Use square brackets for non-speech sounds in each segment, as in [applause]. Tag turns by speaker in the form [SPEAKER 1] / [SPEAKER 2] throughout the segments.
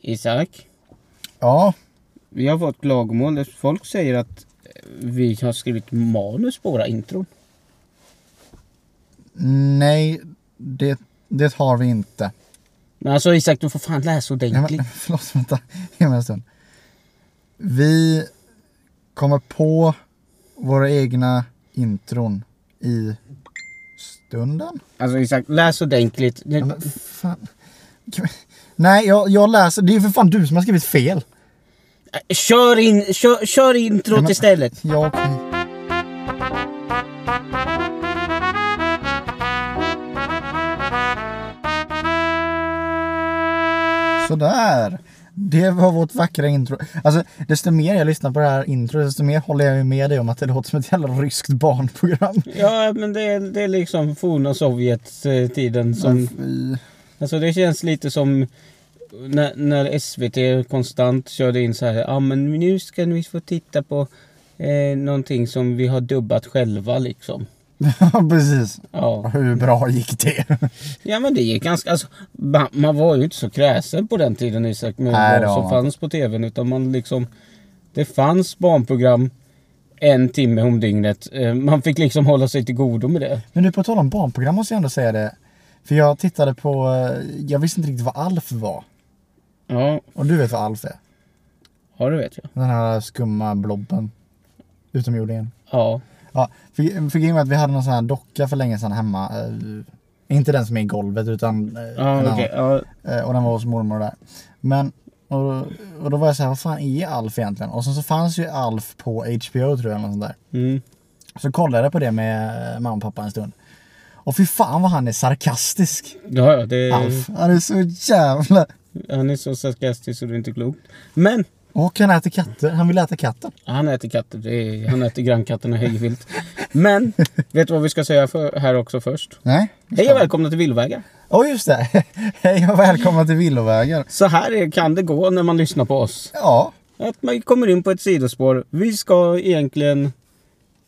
[SPEAKER 1] Isak,
[SPEAKER 2] Ja,
[SPEAKER 1] vi har fått klagomål. Folk säger att eh, vi har skrivit manus på våra intron.
[SPEAKER 2] nej, det, det har vi inte.
[SPEAKER 1] Men alltså Isak, du får fan läsa
[SPEAKER 2] Ja,
[SPEAKER 1] ordentligt.
[SPEAKER 2] men, [laughs] förlåt, vänta. Ge mig en stund. Vi kommer på våra egna intron i stunden.
[SPEAKER 1] Alltså Isak, läs ordentligt. Det-
[SPEAKER 2] Ja, men fan. Kan vi- Nej, jag, jag läser. Det är ju för fan du som har skrivit fel.
[SPEAKER 1] Eh, Kör, in, kör, kör introt
[SPEAKER 2] Ja, men-
[SPEAKER 1] istället.
[SPEAKER 2] Ja, okej. Sådär. Det var vårt vackra intro. Alltså, desto mer jag lyssnar på det här introt, desto mer håller jag ju med dig om att det låter som ett jävla ryskt barnprogram. [laughs]
[SPEAKER 1] Ja, men det är, det är liksom forna Sovjet-tiden som...
[SPEAKER 2] Fy.
[SPEAKER 1] Alltså det känns lite som när, när SVT konstant körde in så här. Ja, ah, men nu ska ni få titta på eh, någonting som vi har dubbat själva liksom.
[SPEAKER 2] Ja, precis.
[SPEAKER 1] Ja.
[SPEAKER 2] Hur bra gick det?
[SPEAKER 1] Ja men det gick ganska, alltså, man, man var ju inte så kräsen på den tiden Isak med
[SPEAKER 2] Nej, det
[SPEAKER 1] vad
[SPEAKER 2] var
[SPEAKER 1] som
[SPEAKER 2] man
[SPEAKER 1] fanns på tvn utan man liksom Det fanns barnprogram en timme om dygnet. Eh, Man fick liksom hålla sig till godo med det.
[SPEAKER 2] Men nu på tal om barnprogram måste jag ändå säga det. För jag tittade på, eh, jag visste inte riktigt vad Alf var.
[SPEAKER 1] Ja,
[SPEAKER 2] Och du vet vad Alf är?
[SPEAKER 1] ja det vet jag.
[SPEAKER 2] Den här skumma blobben. Utomjordingen.
[SPEAKER 1] Ja.
[SPEAKER 2] Ja, för, för grejen var att vi hade någon sån här docka för länge sedan hemma. Eh, inte den som är i golvet utan eh,
[SPEAKER 1] Ja,
[SPEAKER 2] en
[SPEAKER 1] okej. ja.
[SPEAKER 2] annan. Eh, Och den var hos mormor där. Men, och, och då var jag så här, vad fan är Alf egentligen? Och sen så fanns ju Alf på HBO tror jag eller något sånt där.
[SPEAKER 1] Mm.
[SPEAKER 2] Så kollade jag på det med eh, mamma och pappa en stund. Och fy fan vad han är sarkastisk.
[SPEAKER 1] ja, ja det,
[SPEAKER 2] Alf. Han är så jävla...
[SPEAKER 1] han är så sarkastisk så det är inte klokt. Men
[SPEAKER 2] Och han äter katter. Han vill äta katten.
[SPEAKER 1] han äter katter. Det är, han äter grannkatterna hejvilt. Men vet du vad vi ska säga för, här också först?
[SPEAKER 2] Nej.
[SPEAKER 1] Hej och välkomna till Villvägar.
[SPEAKER 2] Åh just det. [laughs] Hej och välkomna till Villovägar.
[SPEAKER 1] Så här är- kan det gå när man lyssnar på oss.
[SPEAKER 2] Ja.
[SPEAKER 1] Att man kommer in på ett sidospår. Vi ska egentligen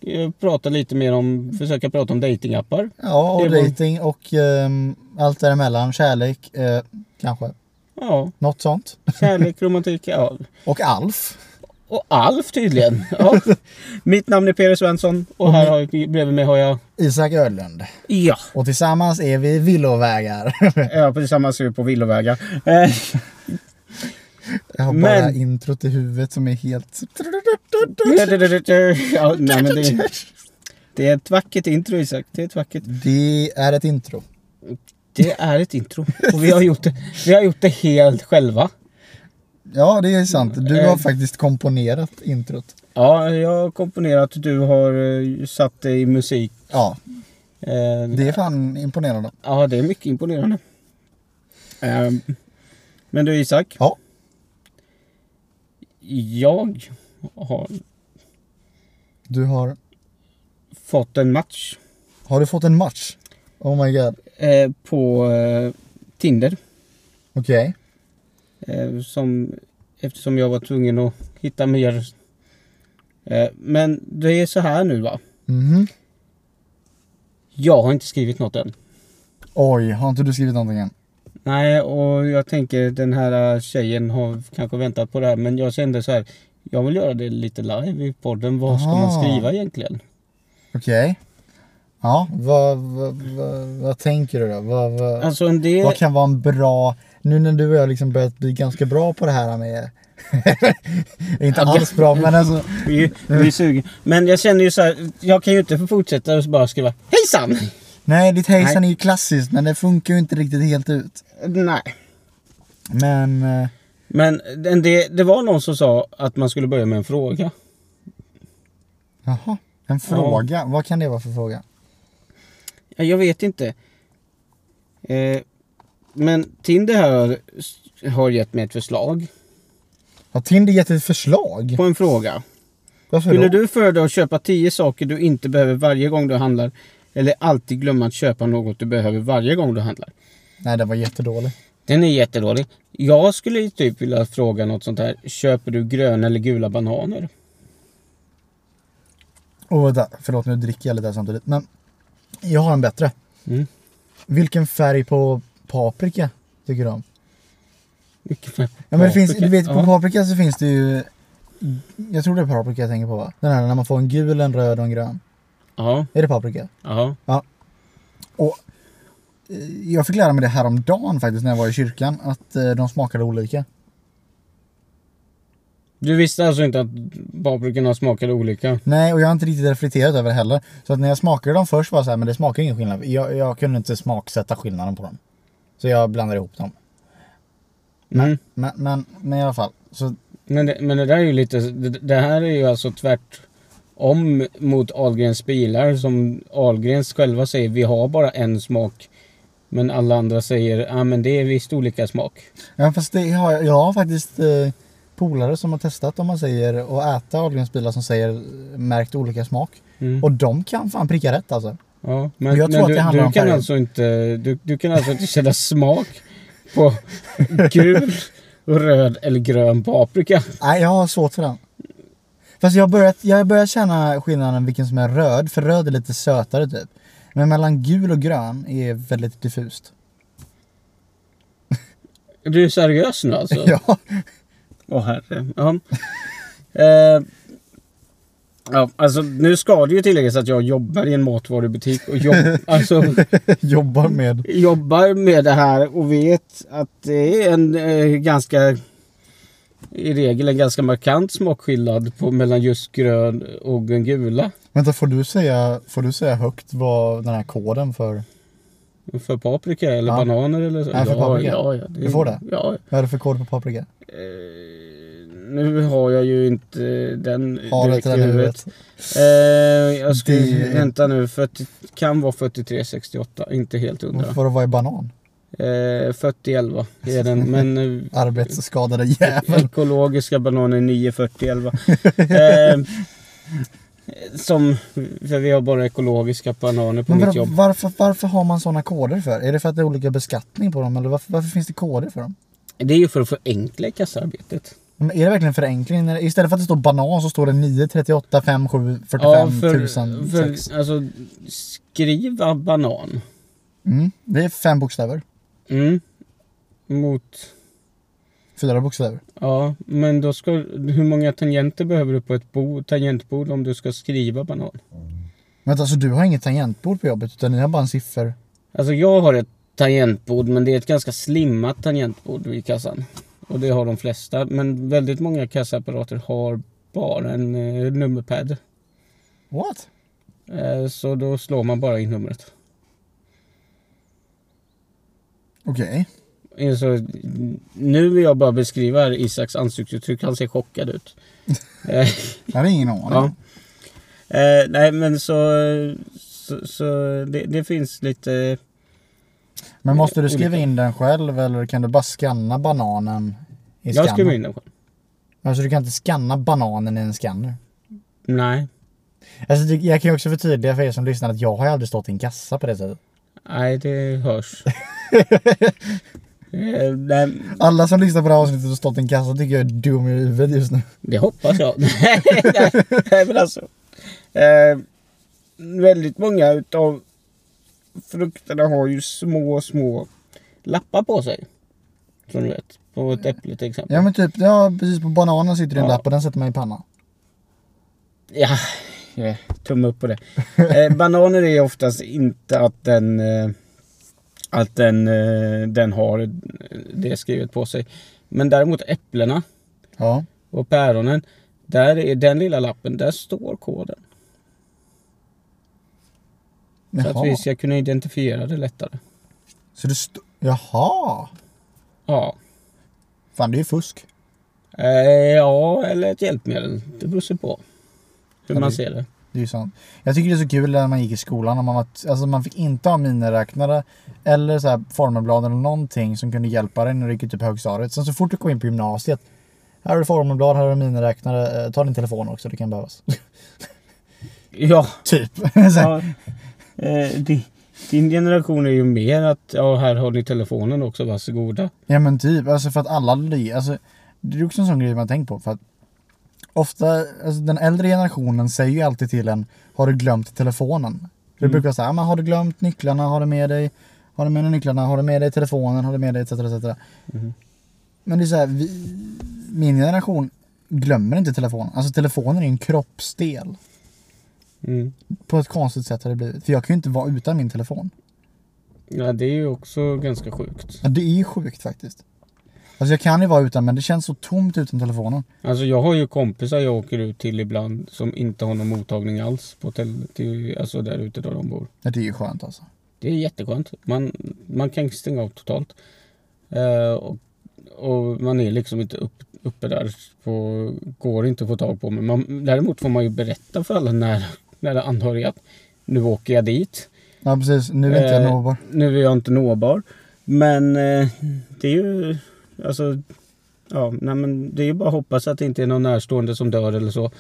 [SPEAKER 1] eh, prata lite mer om, försöka prata om datingappar.
[SPEAKER 2] Ja,
[SPEAKER 1] Det
[SPEAKER 2] och
[SPEAKER 1] är bara-
[SPEAKER 2] dating och ehm, allt däremellan. Kärlek, eh, kanske.
[SPEAKER 1] Ja,
[SPEAKER 2] Något sånt.
[SPEAKER 1] kärlek, romantik, ja.
[SPEAKER 2] Och Alf.
[SPEAKER 1] Och Alf tydligen. Ja. Mitt namn är Peder Svensson och här har, jag- bredvid mig har jag...
[SPEAKER 2] Isak Ödlund.
[SPEAKER 1] Ja,
[SPEAKER 2] Och tillsammans är vi Villovägar. [laughs]
[SPEAKER 1] ja tillsammans är vi på villovägar. Eh, [laughs]
[SPEAKER 2] Jag har
[SPEAKER 1] Men-
[SPEAKER 2] bara introt i huvudet som är helt...
[SPEAKER 1] ja, nej, men det, det är ett vackert intro Isak. Det är ett vackert.
[SPEAKER 2] Det är ett intro.
[SPEAKER 1] Det är ett intro. Och vi har gjort det, vi har gjort det helt själva.
[SPEAKER 2] Ja, det är sant. Du har
[SPEAKER 1] Eh.
[SPEAKER 2] faktiskt komponerat introt.
[SPEAKER 1] Ja, jag har komponerat. Du har eh, satt dig i musik.
[SPEAKER 2] Ja,
[SPEAKER 1] Eh,
[SPEAKER 2] det är fan imponerande.
[SPEAKER 1] Ja, det är mycket imponerande. Ehm, men du Isak,
[SPEAKER 2] Ja.
[SPEAKER 1] jag har
[SPEAKER 2] Du har...
[SPEAKER 1] fått en match
[SPEAKER 2] Har du fått en match? Oh my god.
[SPEAKER 1] eh, på eh, Tinder.
[SPEAKER 2] Okej.
[SPEAKER 1] Eh, som, eftersom jag var tvungen att hitta mer. Eh, men det är så här nu va.
[SPEAKER 2] Mhm.
[SPEAKER 1] Jag har inte skrivit något än.
[SPEAKER 2] Oj, har inte du skrivit någonting än?
[SPEAKER 1] Nej, och jag tänker den här eh, tjejen har kanske väntat på det här. Men jag kände så här. Jag vill göra det lite live i podden. Vad ska man
[SPEAKER 2] Aha.
[SPEAKER 1] skriva egentligen?
[SPEAKER 2] Okej. Ja, vad, vad, vad, vad tänker du då? Vad, vad,
[SPEAKER 1] Alltså en del...
[SPEAKER 2] vad kan vara en bra... Nu när du och jag liksom börjat bli ganska bra på det här med... [laughs] inte alls bra men alltså...
[SPEAKER 1] [laughs] Vi, vi är sugna. Men jag känner ju så här, jag kan ju inte fortsätta och bara skriva hejsan!
[SPEAKER 2] Nej, ditt hejsan är ju klassiskt men det funkar ju inte riktigt helt ut.
[SPEAKER 1] Nej.
[SPEAKER 2] Men... eh,
[SPEAKER 1] Men den- det, det var någon som sa att man skulle börja med en fråga.
[SPEAKER 2] Jaha. En fråga. Vad kan det vara för fråga?
[SPEAKER 1] Ja, Jag vet inte. Eh, men Tinder här har, har gett mig ett förslag
[SPEAKER 2] Har Tinder gett ett förslag?
[SPEAKER 1] på en fråga.
[SPEAKER 2] Varför
[SPEAKER 1] Skulle
[SPEAKER 2] då?
[SPEAKER 1] du föredra att köpa 10 saker du inte behöver varje gång du handlar eller alltid glömma att köpa något du behöver varje gång du handlar?
[SPEAKER 2] Nej, den var jättedålig.
[SPEAKER 1] Den är jättedålig. Jag skulle ju typ vilja fråga något sånt här. Köper du gröna eller gula bananer?
[SPEAKER 2] Åh vänta, förlåt nu dricker jag lite här samtidigt. Men jag har en bättre.
[SPEAKER 1] Mm.
[SPEAKER 2] Vilken färg på paprika tycker du om?
[SPEAKER 1] Mycket fler
[SPEAKER 2] Ja, men det finns,
[SPEAKER 1] paprika.
[SPEAKER 2] du vet på
[SPEAKER 1] ja.
[SPEAKER 2] paprika så finns det ju... Jag tror det är paprika jag tänker på va? Den här när man får en gul, en röd och en grön.
[SPEAKER 1] ja,
[SPEAKER 2] Är det paprika?
[SPEAKER 1] ja,
[SPEAKER 2] Och eh, jag fick lära mig det här om dagen faktiskt när jag var i kyrkan. Att eh, de smakade olika.
[SPEAKER 1] Du visste alltså inte att paprikorna smakade olika?
[SPEAKER 2] Nej, och jag har inte riktigt reflekterat över det heller. Så att när jag smakade dem först var jag så här, men det smakar ingen skillnad. Jag, jag kunde inte smaksätta skillnaden på dem. Så jag blandade ihop dem.
[SPEAKER 1] Mm.
[SPEAKER 2] Men, men, men i alla fall. Så
[SPEAKER 1] Men, det, men det där är ju lite... Det, det här är ju alltså tvärtom mot Ahlgrens bilar som Ahlgrens själva säger, vi har bara en smak. Men alla andra säger, ja ah, men det är visst olika smak.
[SPEAKER 2] Ja fast det har jag, jag har faktiskt eh, polare som har testat om man säger och äta Ahlgrens bilar som säger eh, märkt olika smak.
[SPEAKER 1] Mm.
[SPEAKER 2] Och de kan fan pricka rätt alltså.
[SPEAKER 1] Ja, men,
[SPEAKER 2] Jag tror
[SPEAKER 1] men
[SPEAKER 2] att
[SPEAKER 1] du,
[SPEAKER 2] det handlar
[SPEAKER 1] du
[SPEAKER 2] om
[SPEAKER 1] kan
[SPEAKER 2] färgen.
[SPEAKER 1] alltså inte... Du, du kan alltså inte känna smak
[SPEAKER 2] [laughs]
[SPEAKER 1] på gul, röd eller grön paprika.
[SPEAKER 2] Nej jag har svårt för den. Fast jag har börjat, jag börjar känna skillnaden vilken som är röd, för röd är lite sötare typ. Men mellan gul och grön är väldigt diffust. [laughs]
[SPEAKER 1] Är du seriös nu alltså?
[SPEAKER 2] Ja.
[SPEAKER 1] Åh herre. Ja. eh, ja, alltså nu ska det ju tilläggas att jag jobbar i en matvarubutik och jobb,
[SPEAKER 2] [laughs]
[SPEAKER 1] alltså,
[SPEAKER 2] Jobbar med.
[SPEAKER 1] jobbar med det här och vet att det är en eh, ganska i regel en ganska markant smakskillnad på, mellan just grön och den gula
[SPEAKER 2] Vänta får du säga, får du säga högt vad den här koden för,
[SPEAKER 1] för paprika eller
[SPEAKER 2] Ja.
[SPEAKER 1] bananer eller så.
[SPEAKER 2] Ja, för paprika.
[SPEAKER 1] Ja, ja,
[SPEAKER 2] Du får det?
[SPEAKER 1] Ja.
[SPEAKER 2] vad är det för kod på paprika?
[SPEAKER 1] Eh, nu har jag ju inte den
[SPEAKER 2] Har du
[SPEAKER 1] direkt
[SPEAKER 2] till
[SPEAKER 1] i
[SPEAKER 2] den i
[SPEAKER 1] huvudet.
[SPEAKER 2] huvudet?
[SPEAKER 1] Eh, jag ska
[SPEAKER 2] Det-
[SPEAKER 1] vänta nu, 40, kan vara 4368, inte helt hundra.
[SPEAKER 2] För att vara i banan?
[SPEAKER 1] Eh, 4011 är
[SPEAKER 2] [laughs]
[SPEAKER 1] den, men eh,
[SPEAKER 2] Arbetsskadade jävel.
[SPEAKER 1] ekologiska bananer
[SPEAKER 2] [laughs]
[SPEAKER 1] 94011. Eh, som, för vi har bara ekologiska bananer på
[SPEAKER 2] Men
[SPEAKER 1] mitt
[SPEAKER 2] vadå,
[SPEAKER 1] jobb.
[SPEAKER 2] varför, varför har man sådana koder för? Är det för att det är olika beskattning på dem eller varför, varför finns det koder för dem?
[SPEAKER 1] Det är ju för att förenkla kassaarbetet.
[SPEAKER 2] Men är det verkligen förenkling? När- Istället för att det står banan så står det 9, 38, 5, 7, 45,
[SPEAKER 1] Ja, för,
[SPEAKER 2] 1000, sex.
[SPEAKER 1] för alltså skriva banan
[SPEAKER 2] Mm, det är fem bokstäver.
[SPEAKER 1] mm, mot
[SPEAKER 2] Fyra bokstäver.
[SPEAKER 1] Ja, men då ska, hur många tangenter behöver du på ett bo, tangentbord om du ska skriva banan?
[SPEAKER 2] Men alltså du har inget tangentbord på jobbet utan ni har bara en siffer.
[SPEAKER 1] Alltså jag har ett tangentbord men det är ett ganska slimmat tangentbord i kassan. Och det har de flesta. Men väldigt många kassaapparater har bara en eh, nummerpad.
[SPEAKER 2] What?
[SPEAKER 1] Eh, så då slår man bara in numret.
[SPEAKER 2] Okej.
[SPEAKER 1] Eh, Så, nu vill jag bara beskriva Isaks ansiktsuttryck. Han ser chockad ut. Eh,
[SPEAKER 2] Jag hade ingen aning.
[SPEAKER 1] Ja. eh, nej men så, så, så det, det finns lite
[SPEAKER 2] Men måste du skriva
[SPEAKER 1] Olika.
[SPEAKER 2] in den själv eller kan du bara scanna bananen i
[SPEAKER 1] Jag skriver
[SPEAKER 2] skannern?
[SPEAKER 1] in den själv.
[SPEAKER 2] Alltså du kan inte scanna bananen i en scanner?
[SPEAKER 1] Nej.
[SPEAKER 2] Alltså, det- jag kan ju också förtydliga för er som lyssnar att jag har ju aldrig stått i en kassa på det sättet.
[SPEAKER 1] Nej, det hörs. Eh, Nej,
[SPEAKER 2] Alla som lyssnar på det här avsnittet och stått i en kassa tycker jag är dum i huvudet just nu.
[SPEAKER 1] det hoppas jag. [laughs] nej, nej, nej, men alltså. Eh, väldigt många utav frukterna har ju små, små lappar på sig. Som du vet. På ett äpple till exempel.
[SPEAKER 2] Ja men typ, ja precis på bananen sitter det en
[SPEAKER 1] Ja.
[SPEAKER 2] lapp och den sätter man i pannan.
[SPEAKER 1] Ja, eh, tumme upp på det. Eh, bananer är oftast inte att den eh, att den, eh, den har det skrivet på sig. Men däremot äpplena
[SPEAKER 2] Ja.
[SPEAKER 1] och päronen. Där är den lilla lappen, där står koden. Så att
[SPEAKER 2] Jaha.
[SPEAKER 1] vi ska kunna identifiera det lättare.
[SPEAKER 2] Så det stå... Jaha!
[SPEAKER 1] Ja.
[SPEAKER 2] Fan det är ju fusk.
[SPEAKER 1] Eh, ja, eller ett hjälpmedel. Det beror sig på hur
[SPEAKER 2] Ja,
[SPEAKER 1] man
[SPEAKER 2] det-
[SPEAKER 1] ser det.
[SPEAKER 2] Det är ju sant. Jag tycker det är så kul när man gick i skolan och man, var t- alltså, man fick inte ha miniräknare eller så här formelblad eller någonting som kunde hjälpa dig när du gick i typ högstadiet. Sen så fort du kom in på gymnasiet. Här har du formelblad, här har du miniräknare. Eh, Ta din telefon också, det kan behövas. [laughs]
[SPEAKER 1] Ja,
[SPEAKER 2] typ. [laughs] Så här,
[SPEAKER 1] ja. Eh, din, din generation är ju mer att ja, här har ni telefonen också, varsågoda.
[SPEAKER 2] Ja men typ, alltså för att alla lyger. Alltså, det är också en sån grej man tänker på. För att ofta, alltså den äldre generationen säger ju alltid till en, har du glömt telefonen? Det brukar vara så här, "Ah, men har du glömt nycklarna, har du med dig, har du med dig nycklarna, har du med dig telefonen, har du med dig etc. etc. Men det är så här, vi, min generation glömmer inte telefonen. Alltså telefonen är en kroppsdel.
[SPEAKER 1] Mm.
[SPEAKER 2] På ett konstigt sätt har det blivit. För jag kan ju inte vara utan min telefon.
[SPEAKER 1] Ja, det är ju också ganska sjukt.
[SPEAKER 2] Ja, det är ju sjukt faktiskt. Alltså jag kan ju vara utan men det känns så tomt utan telefonen.
[SPEAKER 1] Alltså jag har ju kompisar jag åker ut till ibland som inte har någon mottagning alls på tele- till, alltså där ute där de bor.
[SPEAKER 2] Ja, det är ju skönt alltså.
[SPEAKER 1] Det är jätteskönt. Man, man kan stänga av totalt. Eh, och, och man är liksom inte upp, uppe där. På, går inte att få tag på. Men man, däremot får man ju berätta för alla nära, nära anhöriga att nu åker jag dit.
[SPEAKER 2] Ja precis, nu är inte jag
[SPEAKER 1] Eh,
[SPEAKER 2] nåbar.
[SPEAKER 1] Nu är jag inte nåbar. Men eh, det är ju... Alltså... Ja, nej men det är ju bara att hoppas att det inte är någon närstående som dör eller så.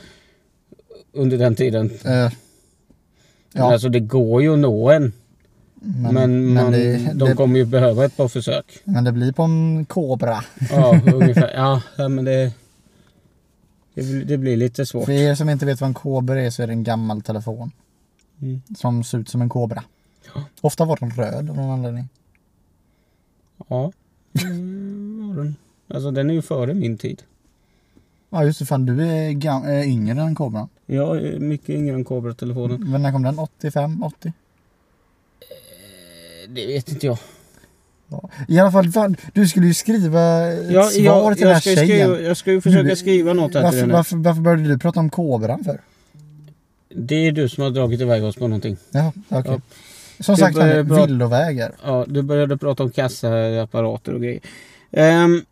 [SPEAKER 1] Under den tiden.
[SPEAKER 2] Eh,
[SPEAKER 1] Men
[SPEAKER 2] ja,
[SPEAKER 1] Alltså det går ju att nå en. Men,
[SPEAKER 2] men, men,
[SPEAKER 1] man,
[SPEAKER 2] det,
[SPEAKER 1] de
[SPEAKER 2] det,
[SPEAKER 1] kommer ju behöva ett par försök.
[SPEAKER 2] men det blir på en kobra. [laughs]
[SPEAKER 1] Ja, ungefär. Ja, ja, men det, det... blir- Det blir lite svårt.
[SPEAKER 2] För er som inte vet vad en kobra är så är det en gammal telefon.
[SPEAKER 1] Mm.
[SPEAKER 2] Som ser ut som en kobra.
[SPEAKER 1] Ja.
[SPEAKER 2] Ofta var den röd av någon anledning.
[SPEAKER 1] Ja. Mm, ja, den- alltså den är ju före min tid.
[SPEAKER 2] Ja just det, fan du är gam- eh, yngre än kobran.
[SPEAKER 1] Jag är mycket yngre än Kobra-telefonen.
[SPEAKER 2] Men när kom den? 85? 80?
[SPEAKER 1] Det vet inte jag.
[SPEAKER 2] Ja. I alla fall, fan, du skulle ju skriva ett
[SPEAKER 1] Jag,
[SPEAKER 2] svar
[SPEAKER 1] jag,
[SPEAKER 2] till den här
[SPEAKER 1] jag, ska, ju
[SPEAKER 2] tjejen.
[SPEAKER 1] skriva, jag ska ju försöka
[SPEAKER 2] Du-
[SPEAKER 1] skriva något här till
[SPEAKER 2] varför,
[SPEAKER 1] henne.
[SPEAKER 2] varför, varför började du prata om kobran för?
[SPEAKER 1] Det är du som har dragit iväg oss på någonting.
[SPEAKER 2] Ja, okej.
[SPEAKER 1] Ja.
[SPEAKER 2] Som
[SPEAKER 1] Det
[SPEAKER 2] sagt,
[SPEAKER 1] börjar
[SPEAKER 2] han
[SPEAKER 1] bra.
[SPEAKER 2] är villovägar.
[SPEAKER 1] Ja, du började prata om kassaapparater och grejer. Ehm,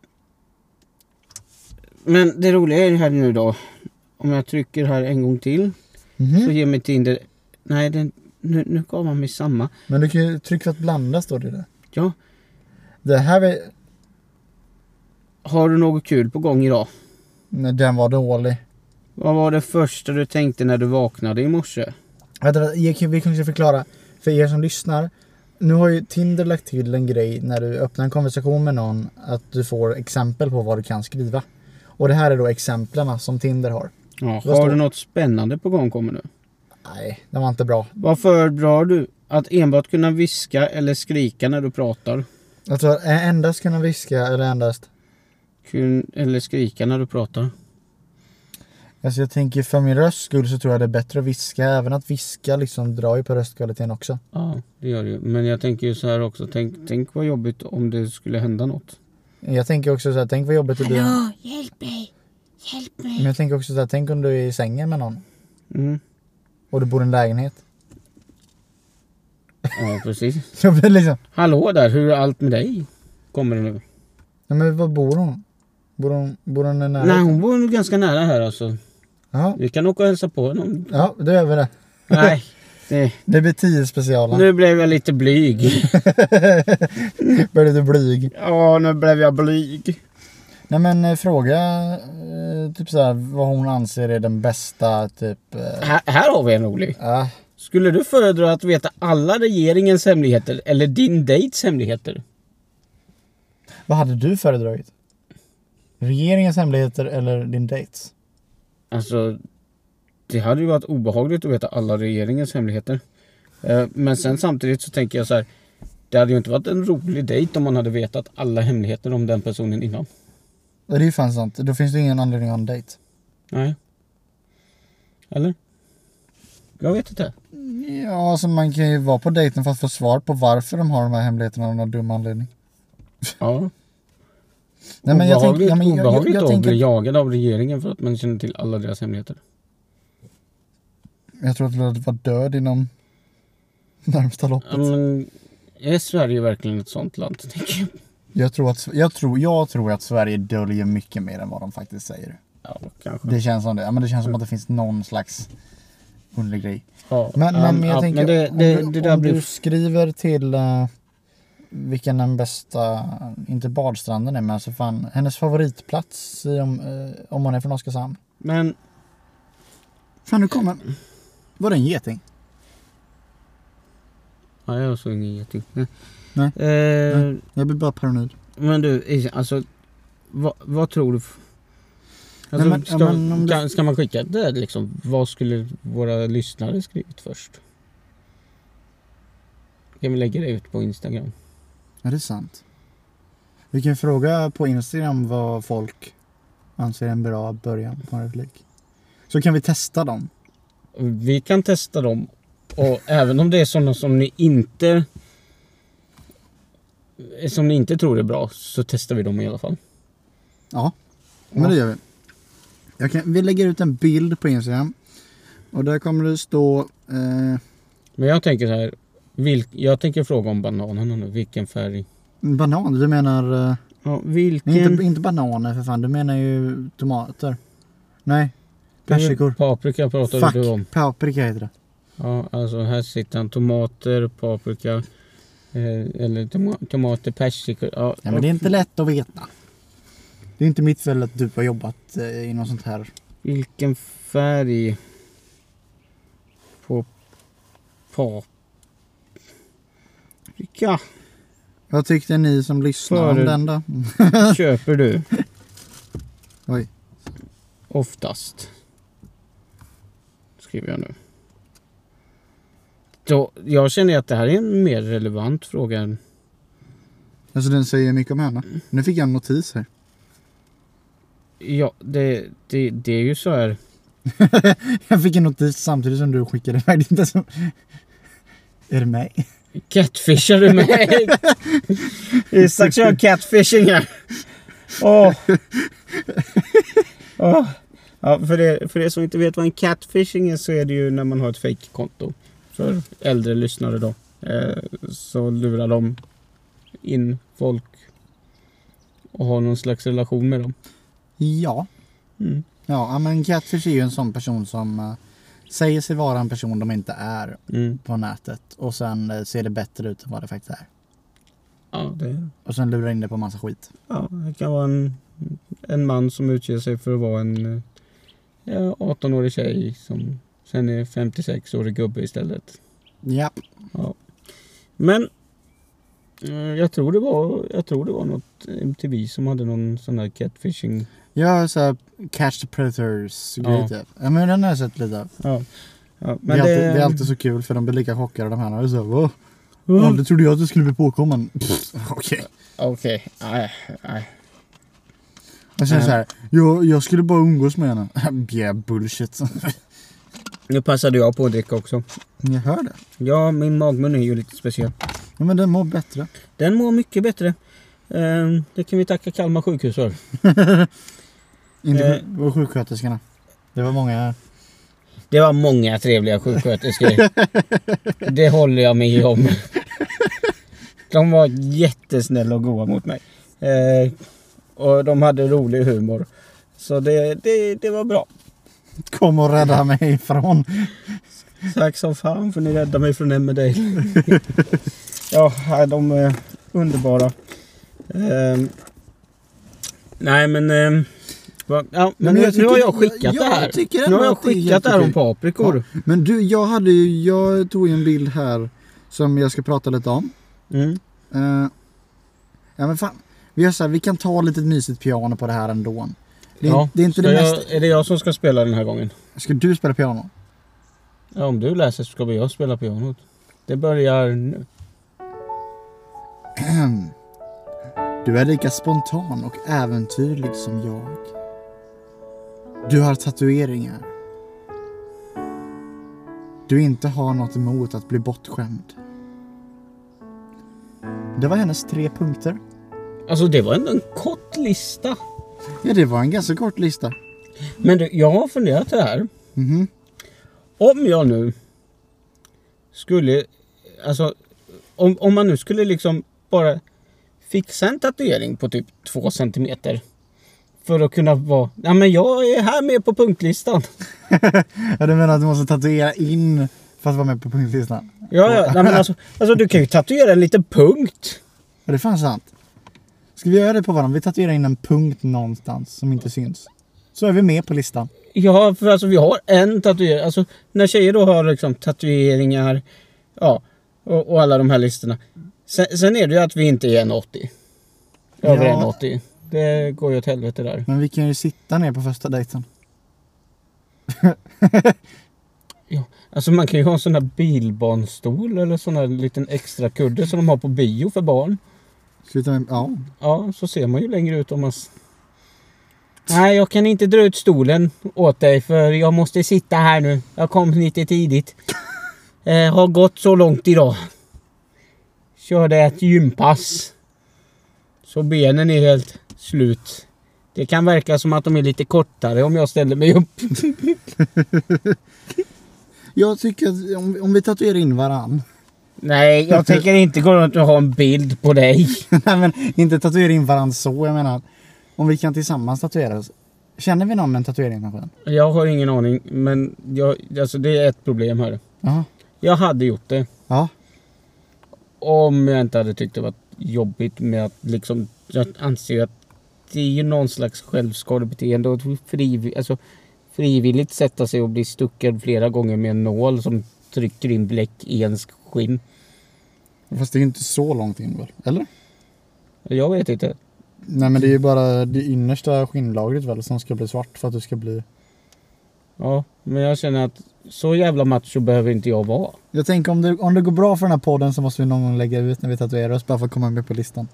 [SPEAKER 1] men det roliga är ju här nu då. Om jag trycker här en gång till så
[SPEAKER 2] Mhm.
[SPEAKER 1] ger mig Tinder... Nej, den, nu, nu gav han mig samma.
[SPEAKER 2] Men du kan ju trycka för att blanda står det där.
[SPEAKER 1] Ja,
[SPEAKER 2] Det här är...
[SPEAKER 1] har du något kul på gång idag?
[SPEAKER 2] Nej, den var dålig.
[SPEAKER 1] Vad var det första du tänkte när du vaknade i morse?
[SPEAKER 2] Vänta, vänta, jag kan- vi kanske förklara för er som lyssnar. Nu har ju Tinder lagt till en grej när du öppnar en konversation med någon att du får exempel på vad du kan skriva. Och det här är då exemplen som Tinder har.
[SPEAKER 1] Ja, har
[SPEAKER 2] Vad står-
[SPEAKER 1] du något spännande på gång kommer nu?
[SPEAKER 2] Nej, det var inte bra.
[SPEAKER 1] Vad föredrar du? Att enbart kunna viska eller skrika när du pratar?
[SPEAKER 2] Jag tror ä- endast kunna viska eller endast...
[SPEAKER 1] Kun, eller skrika när du pratar?
[SPEAKER 2] Alltså jag tänker för min rösts skull så tror jag det är bättre att viska. Även att viska liksom drar ju på röstkvaliteten också.
[SPEAKER 1] Ja, det gör det ju. Men jag tänker ju så här också. Tänk, tänk vad jobbigt om det skulle hända något.
[SPEAKER 2] Jag tänker också så här, tänk vad jobbigt det blir.
[SPEAKER 3] Hallå, hjälp mig! Hjälp mig!
[SPEAKER 2] Men jag tänker också så här, tänk om du är i sängen med någon
[SPEAKER 1] Mm.
[SPEAKER 2] och du bor i en lägenhet. [laughs]
[SPEAKER 1] Ja, precis.
[SPEAKER 2] Jag blir liksom,
[SPEAKER 1] Hallå där, hur är allt med dig? Kommer det nu.
[SPEAKER 2] nej men var bor hon? Bor hon, bor hon i
[SPEAKER 1] Nej,
[SPEAKER 2] närheten?
[SPEAKER 1] hon bor nog ganska nära här alltså.
[SPEAKER 2] Ja,
[SPEAKER 1] Vi kan åka och hälsa på henne om...
[SPEAKER 2] ja, då gör vi det.
[SPEAKER 1] Nej. Det,
[SPEAKER 2] Det blir 10 specialen.
[SPEAKER 1] nu blev jag lite blyg. [laughs]
[SPEAKER 2] Börjar du blyg?
[SPEAKER 1] Ja, nu blev jag blyg.
[SPEAKER 2] Nej men eh, fråga eh, typ så här, vad hon anser är den bästa typ... Eh,
[SPEAKER 1] Här, här har vi en rolig.
[SPEAKER 2] ah,
[SPEAKER 1] Skulle du föredra att veta alla regeringens hemligheter eller din dejts hemligheter?
[SPEAKER 2] vad hade du föredragit? Regeringens hemligheter eller din dates?
[SPEAKER 1] Alltså, det hade ju varit obehagligt att veta alla regeringens hemligheter. Eh, Men sen samtidigt så tänker jag så här. Det hade ju inte varit en rolig dejt om man hade vetat alla hemligheter om den personen innan.
[SPEAKER 2] Ja, Det är ju fan sant. Då finns det ingen anledning att ha en dejt.
[SPEAKER 1] Nej. Eller? Jag vet inte.
[SPEAKER 2] Ja, alltså man kan ju vara på dejten för att få svar på varför de har de här hemligheterna av någon dum anledning.
[SPEAKER 1] Ja.
[SPEAKER 2] Nej, men jag tänker-
[SPEAKER 1] obehagligt
[SPEAKER 2] ja, men jag- jag-
[SPEAKER 1] obehagligt
[SPEAKER 2] jag
[SPEAKER 1] att
[SPEAKER 2] tänker-
[SPEAKER 1] bli jagad av regeringen för att man känner till alla deras hemligheter.
[SPEAKER 2] Jag tror att du hade varit död inom [laughs] närmsta
[SPEAKER 1] Ja,
[SPEAKER 2] loppet.
[SPEAKER 1] men, Mm, är Sverige verkligen ett sånt land? tänker jag?
[SPEAKER 2] Jag, tror att, jag, tror, jag tror att Sverige döljer mycket mer än vad de faktiskt säger.
[SPEAKER 1] Ja, kanske.
[SPEAKER 2] Det känns som det. Ja, men det känns som att det finns någon slags underlig grej.
[SPEAKER 1] Ja,
[SPEAKER 2] Men,
[SPEAKER 1] ja,
[SPEAKER 2] men, jag
[SPEAKER 1] Mm, ja,
[SPEAKER 2] tänker
[SPEAKER 1] men det,
[SPEAKER 2] om,
[SPEAKER 1] det,
[SPEAKER 2] du,
[SPEAKER 1] det där
[SPEAKER 2] om
[SPEAKER 1] blir...
[SPEAKER 2] du skriver till eh, vilken den bästa, inte badstranden är men alltså fan, hennes favoritplats i, om, eh, om hon är från Oskarshamn.
[SPEAKER 1] Men
[SPEAKER 2] Fan nu kommer... Var det en geting?
[SPEAKER 1] Ja, jag såg ingen geting. Nej.
[SPEAKER 2] Nej.
[SPEAKER 1] Eh,
[SPEAKER 2] Nej. Jag blir bara paranoid.
[SPEAKER 1] Men du, Isen, alltså. Vad, vad tror du? f- Alltså,
[SPEAKER 2] Nej, men-
[SPEAKER 1] ska,
[SPEAKER 2] ja, men om du-
[SPEAKER 1] kan, ska man skicka det liksom? Vad skulle våra lyssnare skrivit först? Kan vi lägga det ut på Instagram?
[SPEAKER 2] Är det sant? Vi kan fråga på Instagram vad folk anser är en bra början på en replik. Så kan vi testa dem.
[SPEAKER 1] Vi kan testa dem. Och även om det är sådana som ni inte... Som ni inte tror är bra, så testar vi dem i alla fall.
[SPEAKER 2] Ja, men det gör vi. Jag kan, vi lägger ut en bild på Instagram. Och där kommer det stå... Eh,
[SPEAKER 1] Men jag tänker så här. Vilk, jag tänker fråga om bananerna nu. Vilken färg?
[SPEAKER 2] banan, du menar... Eh,
[SPEAKER 1] Ja,
[SPEAKER 2] nej,
[SPEAKER 1] vilken...
[SPEAKER 2] inte, inte bananer för fan, du menar ju tomater. Nej, persikor.
[SPEAKER 1] Paprika pratade du om.
[SPEAKER 2] Fuck, paprika heter det.
[SPEAKER 1] Ja, alltså här sitter han. Tomater, paprika. Eh, eller toma- tomater, persikor. Ja,
[SPEAKER 2] Ja, men det är inte lätt att veta. Det är inte mitt fel att du har jobbat eh, i något sånt här.
[SPEAKER 1] Vilken färg på paprika?
[SPEAKER 2] Vad tyckte ni som lyssnade om
[SPEAKER 1] Förut.
[SPEAKER 2] den då?
[SPEAKER 1] [laughs] köper du
[SPEAKER 2] Oj.
[SPEAKER 1] oftast? Skriver jag nu. Då, jag känner att det här är en mer relevant fråga. än-
[SPEAKER 2] Alltså den säger mycket om henne. Nu fick jag en notis här.
[SPEAKER 1] Ja, det, det, det är ju så här.
[SPEAKER 2] [laughs] Jag fick en notis samtidigt som du skickade iväg ditt sms. [laughs] Är det mig?
[SPEAKER 1] Catfishar du mig? [laughs] Isak kör catfishing här. Åh. Åh. Ja, för, det, för er som inte vet vad en catfishing är så är det ju när man har ett fake-konto. För äldre lyssnare då. Eh, så lurar de in folk och har någon slags relation med dem.
[SPEAKER 2] Ja.
[SPEAKER 1] Mm.
[SPEAKER 2] Ja, ja, men Catfish är ju en sån person som eh, säger sig vara en person de inte är
[SPEAKER 1] Mm.
[SPEAKER 2] på nätet. Och sen eh, ser det bättre ut än vad det faktiskt är.
[SPEAKER 1] Ja, det,
[SPEAKER 2] Och sen lurar in det på massa skit.
[SPEAKER 1] ja, det kan vara en, en man som utger sig för att vara en eh, ja, 18-årig tjej som sen är 56-årig gubbe istället.
[SPEAKER 2] Ja.
[SPEAKER 1] Men eh, jag tror det var, jag tror det var något MTV som hade någon sån här catfishing.
[SPEAKER 2] Jag har såhär Catch the Predators grej
[SPEAKER 1] Ja.
[SPEAKER 2] typ. Ja men den har jag sett lite av.
[SPEAKER 1] Ja. Ja,
[SPEAKER 2] Det
[SPEAKER 1] men
[SPEAKER 2] är, alltid, det är alltid så kul för de blir lika chockade de här. Och så, Åh,
[SPEAKER 1] Mm.
[SPEAKER 2] aldrig trodde jag att du skulle bli påkommen. Pff, Okej.
[SPEAKER 1] Okej, nej, nej.
[SPEAKER 2] Och
[SPEAKER 1] Eh.
[SPEAKER 2] sen såhär, jag, jag skulle bara umgås med henne. [laughs] yeah, bullshit.
[SPEAKER 1] Nu passade jag på att dricka också.
[SPEAKER 2] jag hör det.
[SPEAKER 1] Ja, min magmun är ju lite speciell.
[SPEAKER 2] Ja, men den mår bättre.
[SPEAKER 1] Den mår mycket bättre. Eh, Det kan vi tacka Kalmar sjukhus för.
[SPEAKER 2] Inte
[SPEAKER 1] Eh.
[SPEAKER 2] sjuk- och sjuksköterskorna. Det var många här.
[SPEAKER 1] Det var många trevliga sjuksköterskor. det håller jag med om. De var jättesnälla och goa mot mig. Eh, och de hade rolig humor. Så det, det, det var bra.
[SPEAKER 2] Kom och rädda
[SPEAKER 1] Eh.
[SPEAKER 2] mig ifrån.
[SPEAKER 1] Tack som fan för ni räddade mig från Emmerdale. ja, nej, de är underbara. Ehm, nej men... ehm, vad- ja, men
[SPEAKER 2] men
[SPEAKER 1] nu,
[SPEAKER 2] jag tycker-
[SPEAKER 1] nu har jag skickat
[SPEAKER 2] jag-
[SPEAKER 1] det här.
[SPEAKER 2] jag tycker
[SPEAKER 1] nu
[SPEAKER 2] ändå
[SPEAKER 1] har jag
[SPEAKER 2] att det är
[SPEAKER 1] skickat det här om
[SPEAKER 2] jättekul.
[SPEAKER 1] paprikor.
[SPEAKER 2] Ja, men du, jag hade ju, jag tog ju en bild här som jag ska prata lite om.
[SPEAKER 1] Mm.
[SPEAKER 2] Eh, ja men fan. Vi gör så här, vi kan ta lite mysigt piano på det här ändå. Det är,
[SPEAKER 1] Ja,
[SPEAKER 2] det är inte
[SPEAKER 1] ska
[SPEAKER 2] det
[SPEAKER 1] jag,
[SPEAKER 2] mest...
[SPEAKER 1] Är det jag som ska spela den här gången?
[SPEAKER 2] Ska du spela piano?
[SPEAKER 1] Ja, om du läser så ska väl jag spela pianot. Det börjar nu.
[SPEAKER 2] Du är lika spontan och äventyrlig som jag. Du har tatueringar. Du inte har något emot att bli bortskämd. Det var hennes tre punkter.
[SPEAKER 1] Alltså det var ändå en kort lista.
[SPEAKER 2] Ja, det var en ganska kort lista.
[SPEAKER 1] Men du, jag har funderat det här.
[SPEAKER 2] Mhm.
[SPEAKER 1] Om jag nu skulle, alltså om, om man nu skulle liksom bara fixa en tatuering på typ två centimeter. För att kunna vara, ja men jag är här med på punktlistan.
[SPEAKER 2] Ja, du menar att du måste tatuera in för att vara med på punktlistan?
[SPEAKER 1] Ja, ja, nej, men alltså, alltså du kan ju tatuera en liten punkt.
[SPEAKER 2] Ja, det är fan sant. Ska vi göra det på varandra? Vi tatuerar in en punkt någonstans som inte syns. Så är vi med på listan.
[SPEAKER 1] Ja, för alltså vi har en tatuering. Alltså när tjejer då har liksom tatueringar, ja, och, och alla de här listorna. Sen, sen är det ju att vi inte är 1,80. Över
[SPEAKER 2] Ja.
[SPEAKER 1] 1,80. Det går ju åt helvete där.
[SPEAKER 2] Men vi kan ju sitta ner på första dejten.
[SPEAKER 1] Ja. Alltså man kan ju ha en sån här bilbarnstol eller sån här liten extra kudde som de har på bio för barn.
[SPEAKER 2] Sluta med... Ja.
[SPEAKER 1] Ja, så ser man ju längre ut om man... s- Nej, jag kan inte dra ut stolen åt dig för jag måste sitta här nu. Jag kom lite [laughs] tidigt. Eh, har gått så långt idag. Körde ett gympass. Så benen är helt slut. Det kan verka som att de är lite kortare om jag ställer mig upp.
[SPEAKER 2] Jag tycker att om, om vi tatuerar in varann. [laughs]
[SPEAKER 1] Nej, jag tänker inte gå runt och ha en bild på dig.
[SPEAKER 2] Nej men inte tatuera in varann så. Jag menar om vi kan tillsammans tatuera oss. Känner vi någon med en tatueringsmaskin?
[SPEAKER 1] Jag har ingen aning, men jag, alltså det är ett problem här.
[SPEAKER 2] Ja.
[SPEAKER 1] Jag hade gjort det.
[SPEAKER 2] Ja.
[SPEAKER 1] Om jag inte hade tyckt det var jobbigt med att liksom... Jag anser ju att det är ju någon slags självskadebeteende och ett friv, alltså, frivilligt sätta sig och bli stuckad flera gånger med en nål som trycker in bläck i ens skinn.
[SPEAKER 2] Fast det är ju inte så långt in väl? Eller?
[SPEAKER 1] Jag vet inte.
[SPEAKER 2] Nej men det är ju bara det innersta skinnlagret väl som ska bli svart för att du ska bli...
[SPEAKER 1] Ja, men jag känner att så jävla macho behöver inte jag vara.
[SPEAKER 2] Jag tänker om det, om det går bra för den här podden så måste vi någon gång lägga ut när vi tatuerar oss bara för att komma med på listan.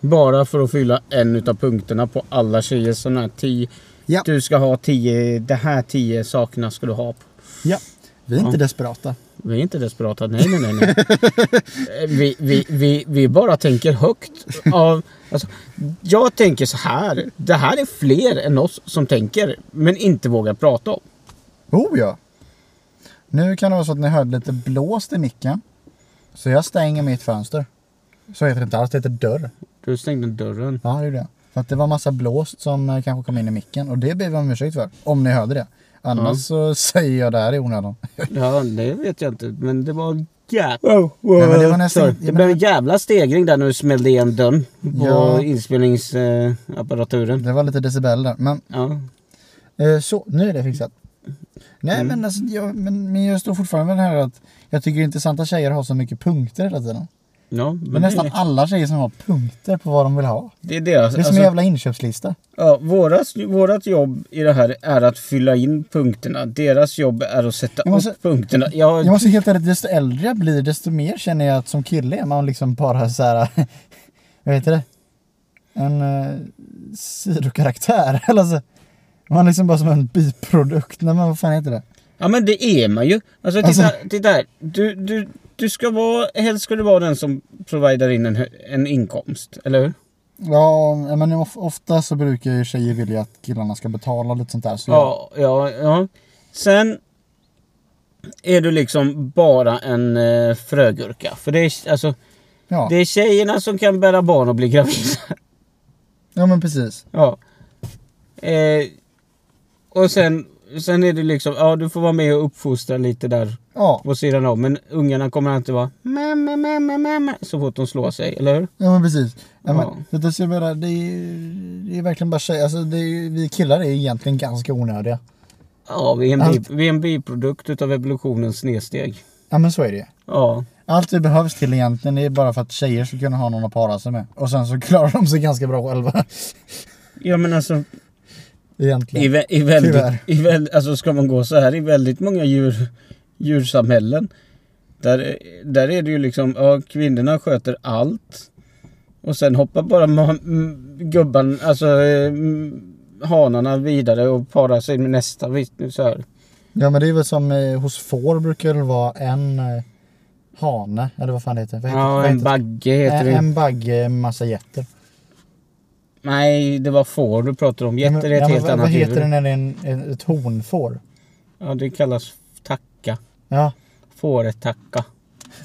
[SPEAKER 1] Bara för att fylla en utav punkterna på alla tjejer sådana här tio.
[SPEAKER 2] Ja.
[SPEAKER 1] Du ska ha tio, det här tio sakerna ska du ha. På.
[SPEAKER 2] Ja. Vi är inte
[SPEAKER 1] Ja.
[SPEAKER 2] desperata.
[SPEAKER 1] Vi är inte desperata, nej nej nej. [laughs] nej. Eh, vi, vi, vi, vi bara tänker högt. Av, alltså, jag tänker så här, det här är fler än oss som tänker men inte vågar prata om.
[SPEAKER 2] Oh ja! Nu kan det vara så att ni hörde lite blåst i micken. Så jag stänger mitt fönster. Så heter det inte alls, det heter dörr.
[SPEAKER 1] Du stängde dörren.
[SPEAKER 2] Ja, det gjorde jag. För att det var massa blåst som eh, kanske kom in i micken och det ber vi om ursäkt för. Om ni hörde det. Annars
[SPEAKER 1] Mm.
[SPEAKER 2] så säger jag det här i onödan.
[SPEAKER 1] Ja, det vet jag inte men det var jävla...
[SPEAKER 2] Nej, men det var nästan-
[SPEAKER 1] Sorry.
[SPEAKER 2] jag
[SPEAKER 1] Det
[SPEAKER 2] menar-
[SPEAKER 1] blev en jävla stegring där när du smällde igen dörren på
[SPEAKER 2] Ja.
[SPEAKER 1] inspelningsapparaturen.
[SPEAKER 2] Det var lite decibel där. Men
[SPEAKER 1] Ja.
[SPEAKER 2] eh, så, nu är det fixat. Nej men alltså, jag, men, men jag står fortfarande med det här att jag tycker det är intressant att tjejer har så mycket punkter hela tiden.
[SPEAKER 1] Ja,
[SPEAKER 2] Det är
[SPEAKER 1] men
[SPEAKER 2] nästan alla tjejer som har punkter på vad de vill ha.
[SPEAKER 1] det är deras.
[SPEAKER 2] Det är som en
[SPEAKER 1] alltså,
[SPEAKER 2] jävla inköpslista.
[SPEAKER 1] ja, våras, vårat jobb i det här är att fylla in punkterna. Deras jobb är att sätta
[SPEAKER 2] Jag måste-
[SPEAKER 1] upp punkterna. Jag,
[SPEAKER 2] Jag måste helt ärligt, desto äldre jag blir desto mer känner jag att som kille är man liksom bara så här. [laughs] vad heter det? En eh, sidokaraktär. [laughs] Eller så. Man är liksom bara som en biprodukt. Nej men vad fan heter det?
[SPEAKER 1] Ja men det är man ju. Alltså titta,
[SPEAKER 2] Alltså-
[SPEAKER 1] titta här. Du, du, du ska vara, helst ska du vara den som providar in en, hö- en inkomst, eller hur?
[SPEAKER 2] Ja, men of- ofta så brukar ju tjejer vilja att killarna ska betala och lite sånt där. Så
[SPEAKER 1] Ja, ja, ja. Sen är du liksom bara en eh, frögurka. För det är, alltså,
[SPEAKER 2] ja.
[SPEAKER 1] det är tjejerna som kan bära barn och bli gravida.
[SPEAKER 2] ja, men precis.
[SPEAKER 1] Ja. Eh, och sen, sen är det liksom, ja du får vara med och uppfostra lite där
[SPEAKER 2] Ja,
[SPEAKER 1] på sidan om. Men ungarna kommer alltid vara mamma, mamma, mamma så fort de slår sig, eller hur?
[SPEAKER 2] ja men precis.
[SPEAKER 1] Ja.
[SPEAKER 2] Ja, men, det, det, jag menar, det, är, det är verkligen bara tjejer. Alltså, det är, vi killar är egentligen ganska onödiga.
[SPEAKER 1] Ja, vi är en,
[SPEAKER 2] Allt-
[SPEAKER 1] bi, vi är en biprodukt utav evolutionens snedsteg.
[SPEAKER 2] Ja, men så är det ju.
[SPEAKER 1] Ja.
[SPEAKER 2] Allt det behövs till egentligen är bara för att tjejer ska kunna ha någon att para sig med. Och sen så [laughs] klarar de sig ganska bra själva.
[SPEAKER 1] Ja men alltså, i,
[SPEAKER 2] Egentligen.
[SPEAKER 1] vä- i väldigt,
[SPEAKER 2] Tyvärr.
[SPEAKER 1] i väl, alltså ska man gå så här i väldigt många djur, djursamhällen. Där, där är det ju liksom, ja kvinnorna sköter allt. Och sen hoppar bara ma- m- gubban, alltså eh, m- hanarna vidare och parar sig med nästa. Visst, nu så här.
[SPEAKER 2] Ja men det är väl som eh, hos får brukar det vara en eh, hane. Eller vad fan det heter. Vad heter,
[SPEAKER 1] Ja,
[SPEAKER 2] vad
[SPEAKER 1] en
[SPEAKER 2] heter
[SPEAKER 1] bagge heter
[SPEAKER 2] det? En,
[SPEAKER 1] det.
[SPEAKER 2] en bagge, en massa getter.
[SPEAKER 1] Nej, det var får du pratade om.
[SPEAKER 2] Ja,
[SPEAKER 1] Getter är ett helt
[SPEAKER 2] vad,
[SPEAKER 1] annat
[SPEAKER 2] vad heter det
[SPEAKER 1] djur.
[SPEAKER 2] när det är en, en, ett honfår?
[SPEAKER 1] Ja, det kallas tacka.
[SPEAKER 2] Ja.
[SPEAKER 1] Fåretacka.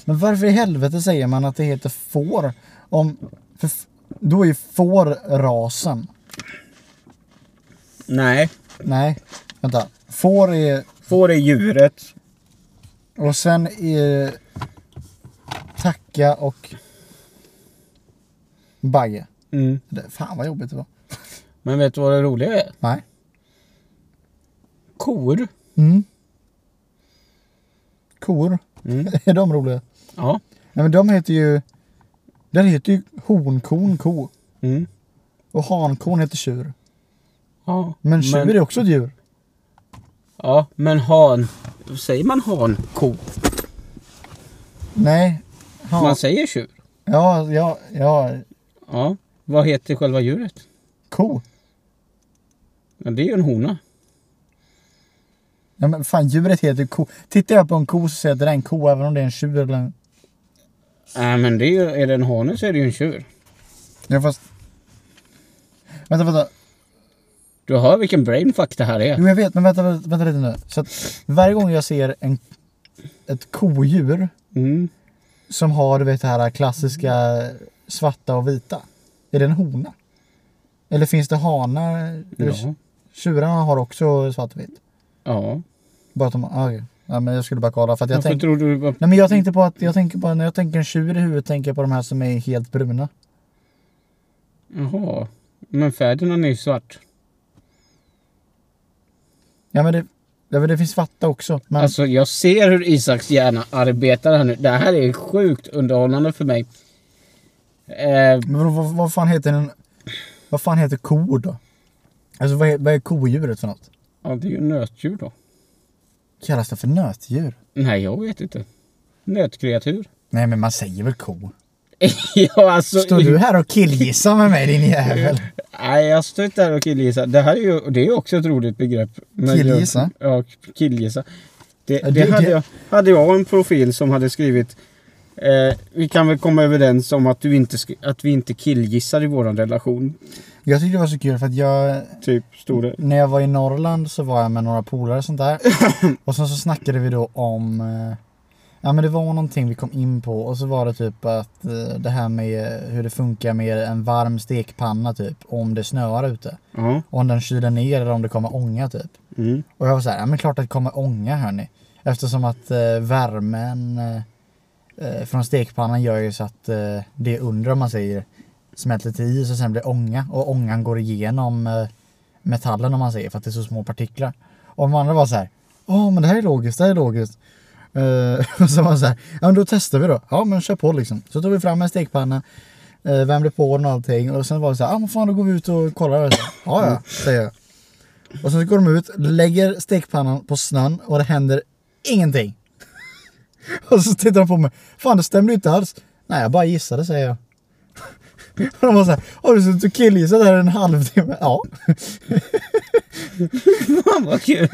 [SPEAKER 2] Men varför i helvete säger man att det heter får? Om, för, f- då är ju får rasen.
[SPEAKER 1] Nej,
[SPEAKER 2] Nej, vänta. Får är
[SPEAKER 1] får är djuret.
[SPEAKER 2] Och sen är Tacka och Bagge.
[SPEAKER 1] Mm.
[SPEAKER 2] Det- Fan vad jobbigt det var.
[SPEAKER 1] Men vet du vad det roliga är?
[SPEAKER 2] Nej.
[SPEAKER 1] Kor.
[SPEAKER 2] Mm. Kor.
[SPEAKER 1] Mm.
[SPEAKER 2] [laughs] Är de roliga?
[SPEAKER 1] Ja.
[SPEAKER 2] Nej men de heter ju... Den heter ju honkon ko.
[SPEAKER 1] Mm.
[SPEAKER 2] Och hankon heter tjur.
[SPEAKER 1] ja.
[SPEAKER 2] Men tjur är också ett djur.
[SPEAKER 1] Ja, men han. Säger man han ko?
[SPEAKER 2] Nej. Han,
[SPEAKER 1] Man säger tjur.
[SPEAKER 2] ja, ja, ja.
[SPEAKER 1] Ja. Vad heter själva djuret?
[SPEAKER 2] Ko.
[SPEAKER 1] Ja, det är ju en hona.
[SPEAKER 2] Ja, men fan, djuret heter ko. Tittar jag på en ko så ser jag att det där är en ko även om det är en tjur eller en...
[SPEAKER 1] Nej men det är, ju, är det en hane så är det ju en tjur.
[SPEAKER 2] Ja, fast... Vänta, vänta.
[SPEAKER 1] Du hör vilken brain fuck det här är.
[SPEAKER 2] Jo, jag vet, men vänta, vänta, vänta lite nu. Så att varje gång jag ser en, ett kodjur
[SPEAKER 1] Mm.
[SPEAKER 2] som har du vet det här klassiska svarta och vita. Är det en hona? Eller finns det hanar?
[SPEAKER 1] Ja.
[SPEAKER 2] Tjurarna har också svart och vitt.
[SPEAKER 1] Ja.
[SPEAKER 2] Bara att de ah, okej. ja, men jag skulle bara kolla för att jag
[SPEAKER 1] Varför
[SPEAKER 2] tänkte...
[SPEAKER 1] tror du... Vad...
[SPEAKER 2] Nej men jag tänkte på att, jag tänker på, när jag tänker en tjur i huvudet tänker jag på de här som är helt bruna.
[SPEAKER 1] Jaha. Men fäderna är ju svart.
[SPEAKER 2] Ja men det, ja, men det finns svarta också. Men,
[SPEAKER 1] Alltså jag ser hur Isaks hjärna arbetar här nu. Det här är sjukt underhållande för mig. Eh,
[SPEAKER 2] men vadå, vad, vad fan heter en... Vad fan heter ko då? Alltså vad är, vad är kodjuret för något?
[SPEAKER 1] ja, det är ju nötdjur då.
[SPEAKER 2] Kallas det för nötdjur?
[SPEAKER 1] Nej, jag vet inte. Nötkreatur. [laughs]
[SPEAKER 2] Nej men man säger väl ko?
[SPEAKER 1] ja, alltså...
[SPEAKER 2] Står du här och killgissar med mig din jävel?
[SPEAKER 1] Nej, jag står inte här och killgissar. Det här är ju det är ju också ett roligt begrepp. Men
[SPEAKER 2] Killgissa?
[SPEAKER 1] Jag, ja, killgissa. Det, det,
[SPEAKER 2] Ja, det-
[SPEAKER 1] hade,
[SPEAKER 2] det-
[SPEAKER 1] jag, hade jag en profil som hade skrivit eh, Vi kan väl komma överens om att, du inte, sk- att vi inte killgissar i våran relation.
[SPEAKER 2] [laughs] Jag tyckte det var så kul för att jag,
[SPEAKER 1] Typ, stod det.
[SPEAKER 2] när jag var i Norrland så var jag med några polare och sånt [laughs] där. och sen så snackade vi då om, eh, ja men det var någonting vi kom in på och så var det typ att eh, det här med hur det funkar med en varm stekpanna typ, om det snöar ute.
[SPEAKER 1] Ja.
[SPEAKER 2] Om den kyler ner eller om det kommer ånga typ.
[SPEAKER 1] Mm.
[SPEAKER 2] Och jag var så här, ja men klart att det kommer ånga hörni. Eftersom att eh, värmen eh, eh, från stekpannan gör ju så att eh, det undrar om man säger smälter till is och sen blir ånga. Och ångan går igenom eh, metallen om man säger för att det är så små partiklar. Och de andra var så här, åh men det här är logiskt, det här är logiskt. Eh, [laughs] och så var det så här, ja men då testar vi då. Ja men kör på liksom. Så tog vi fram en stekpanna, eh, värmde på den och allting. Och sen var det så här, ja men fan då går vi ut och kollar. Ja ja, säger jag. Och sen så går de ut, lägger stekpannan på snön och det händer ingenting. [laughs] Och så tittar de på mig. Fan det stämde ju inte alls. Nej jag bara gissade säger jag. [laughs] Och de var såhär, har du suttit och killgissat här en halvtimme? Ja.
[SPEAKER 1] Fan vad
[SPEAKER 2] [laughs]
[SPEAKER 1] kul!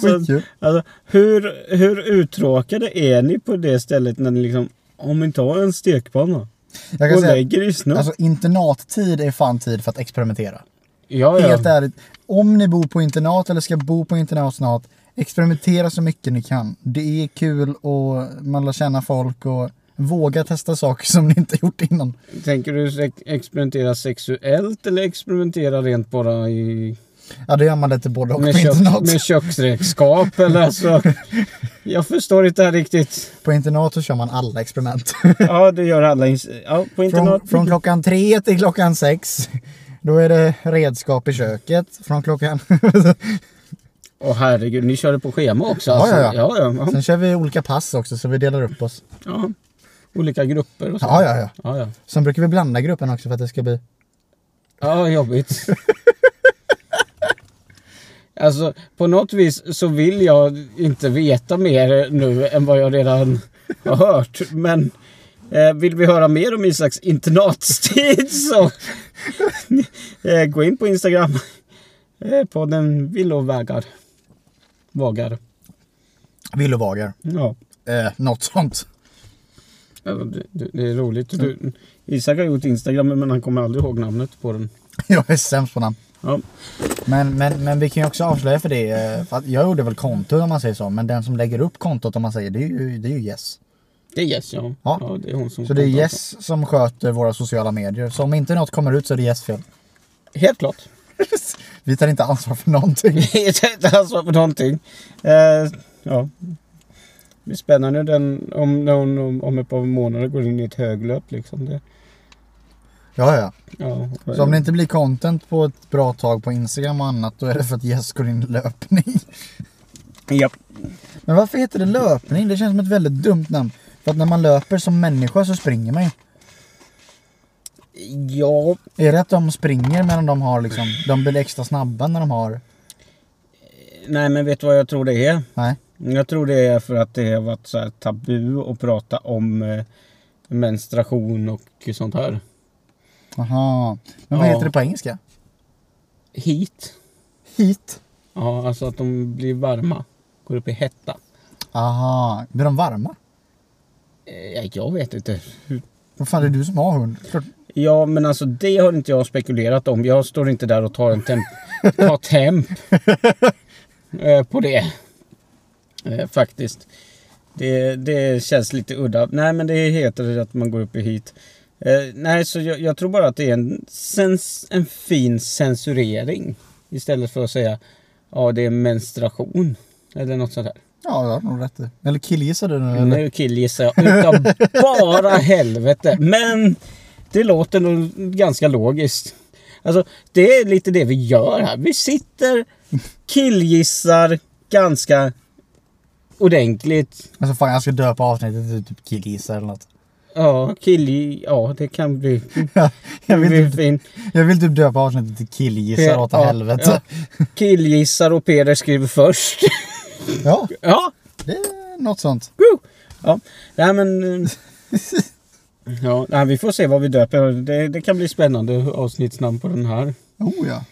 [SPEAKER 2] Skitkul.
[SPEAKER 1] alltså hur, hur uttråkade är ni på det stället när ni liksom Om inte har en stekpanna
[SPEAKER 2] Jag
[SPEAKER 1] och
[SPEAKER 2] kan säga,
[SPEAKER 1] lägger i snö?
[SPEAKER 2] alltså internattid är fan tid för att experimentera.
[SPEAKER 1] ja, ja.
[SPEAKER 2] Helt ärligt, om ni bor på internat eller ska bo på internat snart, experimentera så mycket ni kan. Det är kul och man lär känna folk och våga testa saker som ni inte gjort innan.
[SPEAKER 1] Tänker du sex- experimentera sexuellt eller experimentera rent bara i...
[SPEAKER 2] Ja, då gör man lite både och
[SPEAKER 1] Med,
[SPEAKER 2] på internat.
[SPEAKER 1] kök, med köksredskap eller
[SPEAKER 2] [laughs]
[SPEAKER 1] alltså... Jag förstår inte det här riktigt.
[SPEAKER 2] På internat så kör man alla experiment.
[SPEAKER 1] Ja, det gör alla. ins- Ja, på [laughs] internat.
[SPEAKER 2] från, från klockan tre till klockan sex. Då är det redskap i köket. Från klockan... [laughs]
[SPEAKER 1] Åh herregud, ni körde på schema också
[SPEAKER 2] Ja,
[SPEAKER 1] alltså.
[SPEAKER 2] ja,
[SPEAKER 1] ja. ja, ja.
[SPEAKER 2] Sen kör vi olika pass också så vi delar upp oss.
[SPEAKER 1] ja. Olika grupper och så.
[SPEAKER 2] Ja, ja, ja.
[SPEAKER 1] ja, ja.
[SPEAKER 2] Sen brukar vi blanda gruppen också för att det ska bli...
[SPEAKER 1] Ja,
[SPEAKER 2] [laughs]
[SPEAKER 1] jobbigt. Alltså, på något vis så vill jag inte veta mer nu än vad jag redan har hört. Men eh, vill vi höra mer om Isaks internatstid [laughs] så eh, gå in på Instagram. Eh, podden Villovägar. Vagar.
[SPEAKER 2] Villovagar.
[SPEAKER 1] Ja.
[SPEAKER 2] Eh, något sånt. [laughs]
[SPEAKER 1] Ja, Det, det- det är roligt.
[SPEAKER 2] Mm.
[SPEAKER 1] Du, Isak har gjort Instagram men han kommer aldrig ihåg namnet på den.
[SPEAKER 2] Jag är sämst på namn.
[SPEAKER 1] Ja.
[SPEAKER 2] Men, men, men vi kan ju också avslöja för det. eh, För att jag gjorde väl konto om man säger så. Men den som lägger upp kontot om man säger det är ju, det är ju Yes.
[SPEAKER 1] Det är Jess ja.
[SPEAKER 2] Ja.
[SPEAKER 1] det är hon som
[SPEAKER 2] Så det är
[SPEAKER 1] kontaktar.
[SPEAKER 2] Yes som sköter våra sociala medier. Så om inte något kommer ut så är det Yes fel. [laughs]
[SPEAKER 1] Helt klart.
[SPEAKER 2] Vi tar inte ansvar för någonting.
[SPEAKER 1] [laughs] Vi tar inte ansvar för någonting. Eh, ja. Det blir spännande den, om, när hon om, om ett par månader går in i ett höglöp. Liksom det.
[SPEAKER 2] Ja, ja.
[SPEAKER 1] Ja,
[SPEAKER 2] Så om det inte blir content på ett bra tag på Instagram och annat då är det för att Jess går in i löpning. [laughs]
[SPEAKER 1] Japp.
[SPEAKER 2] Men varför heter det löpning? Det känns som ett väldigt dumt namn. För att när man löper som människa så springer man ju.
[SPEAKER 1] Ja,
[SPEAKER 2] Är det att de springer medan de har liksom, de blir extra snabba när de har...
[SPEAKER 1] nej men vet du vad jag tror det är?
[SPEAKER 2] Nej.
[SPEAKER 1] Jag tror det är för att det har varit så här tabu att prata om eh, menstruation och sånt här.
[SPEAKER 2] Aha. Men vad
[SPEAKER 1] Ja.
[SPEAKER 2] heter det på engelska?
[SPEAKER 1] Heat.
[SPEAKER 2] Heat.
[SPEAKER 1] Ja, alltså att de blir varma. Går upp i hetta.
[SPEAKER 2] Aha. Blir de varma?
[SPEAKER 1] Eh, jag vet inte.
[SPEAKER 2] Vad fan, det är du som har hund. Klart.
[SPEAKER 1] Ja, men alltså det har inte jag spekulerat om. Jag står inte där och tar en temp, [laughs] tar temp eh, på det. Eh, faktiskt. Det, det känns lite udda. Nej, men det heter att man går upp i hit. Eh, nej, så jag, jag tror bara att det är en, sens, en fin censurering. Istället för att säga ja, det är menstruation. Eller något sånt där.
[SPEAKER 2] Ja, jag har nog rätt i. Eller killgissade du nu eller?
[SPEAKER 1] Nu killgissar jag utav bara helvete. Men det låter nog ganska logiskt. Alltså, det är lite det vi gör här. Vi sitter, killgissar ganska ordentligt.
[SPEAKER 2] Alltså fan, jag ska döpa avsnittet till typ killgissa eller något.
[SPEAKER 1] Ja, kill... Ja, det kan bli...
[SPEAKER 2] jag,
[SPEAKER 1] bli
[SPEAKER 2] vill typ,
[SPEAKER 1] fin.
[SPEAKER 2] jag vill typ döpa avsnittet till killgissa åt
[SPEAKER 1] Ja,
[SPEAKER 2] helvete.
[SPEAKER 1] ja. Killgissar och Peder skriver först. [laughs]
[SPEAKER 2] [laughs] Ja.
[SPEAKER 1] ja,
[SPEAKER 2] det är något sånt.
[SPEAKER 1] Woo! Ja, nej men... eh, Ja, nej, vi får se vad vi döper. Det, det kan bli spännande avsnittsnamn på den här.
[SPEAKER 2] Oh ja.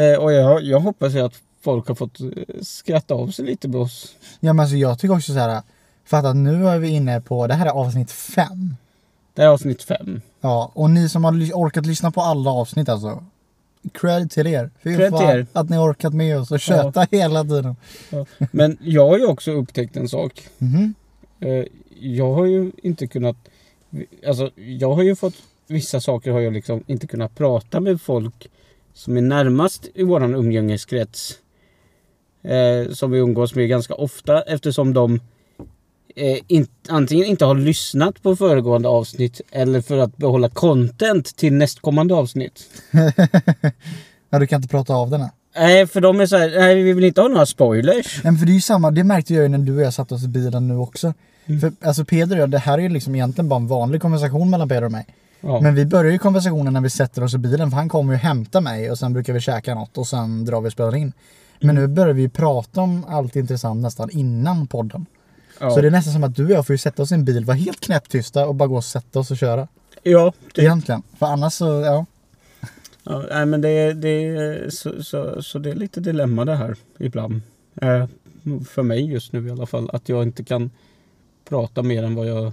[SPEAKER 1] Eh, och jag, jag hoppas ju att folk har fått eh, skratta av sig lite med oss.
[SPEAKER 2] Ja men alltså jag tycker också så här. För att nu är vi inne på, det här är avsnitt fem.
[SPEAKER 1] Det här är avsnitt fem.
[SPEAKER 2] Ja, och ni som har ly- orkat lyssna på alla avsnitt alltså. Cred till er. Fy
[SPEAKER 1] Cred
[SPEAKER 2] fan
[SPEAKER 1] till er.
[SPEAKER 2] att ni har orkat med oss och köta hela tiden.
[SPEAKER 1] Ja. Men jag har ju också upptäckt en sak.
[SPEAKER 2] Mhm.
[SPEAKER 1] Eh, jag har ju inte kunnat... Alltså, jag har ju fått... Vissa saker har jag liksom inte kunnat prata med folk som är närmast i våran umgängeskrets. Eh, som vi umgås med ganska ofta eftersom de eh, in, antingen inte har lyssnat på föregående avsnitt eller för att behålla content till nästkommande avsnitt.
[SPEAKER 2] Ja, du kan inte prata av den här.
[SPEAKER 1] Nej, för de är så här, nej vi vill inte ha några spoilers.
[SPEAKER 2] Nej, men för det är ju samma, det märkte jag ju när du och jag satte oss i bilen nu också.
[SPEAKER 1] Mm.
[SPEAKER 2] För alltså Peder och jag, det här är ju liksom egentligen bara en vanlig konversation mellan Peder och mig.
[SPEAKER 1] Ja.
[SPEAKER 2] Men vi börjar ju konversationen när vi sätter oss i bilen för han kommer ju hämta mig och sen brukar vi käka något och sen drar vi och spelar in. Men
[SPEAKER 1] Mm.
[SPEAKER 2] nu börjar vi ju prata om allt intressant nästan innan podden.
[SPEAKER 1] ja.
[SPEAKER 2] Så det är nästan som att du och jag får ju sätta oss i en bil, vara helt knäpptysta och bara gå och sätta oss och köra.
[SPEAKER 1] ja, det, ja.
[SPEAKER 2] Egentligen. För annars så, ja.
[SPEAKER 1] nej, men det, är- det, är- så, så, så det är lite dilemma det här ibland. Eh, för mig just nu i alla fall. Att jag inte kan prata mer än vad jag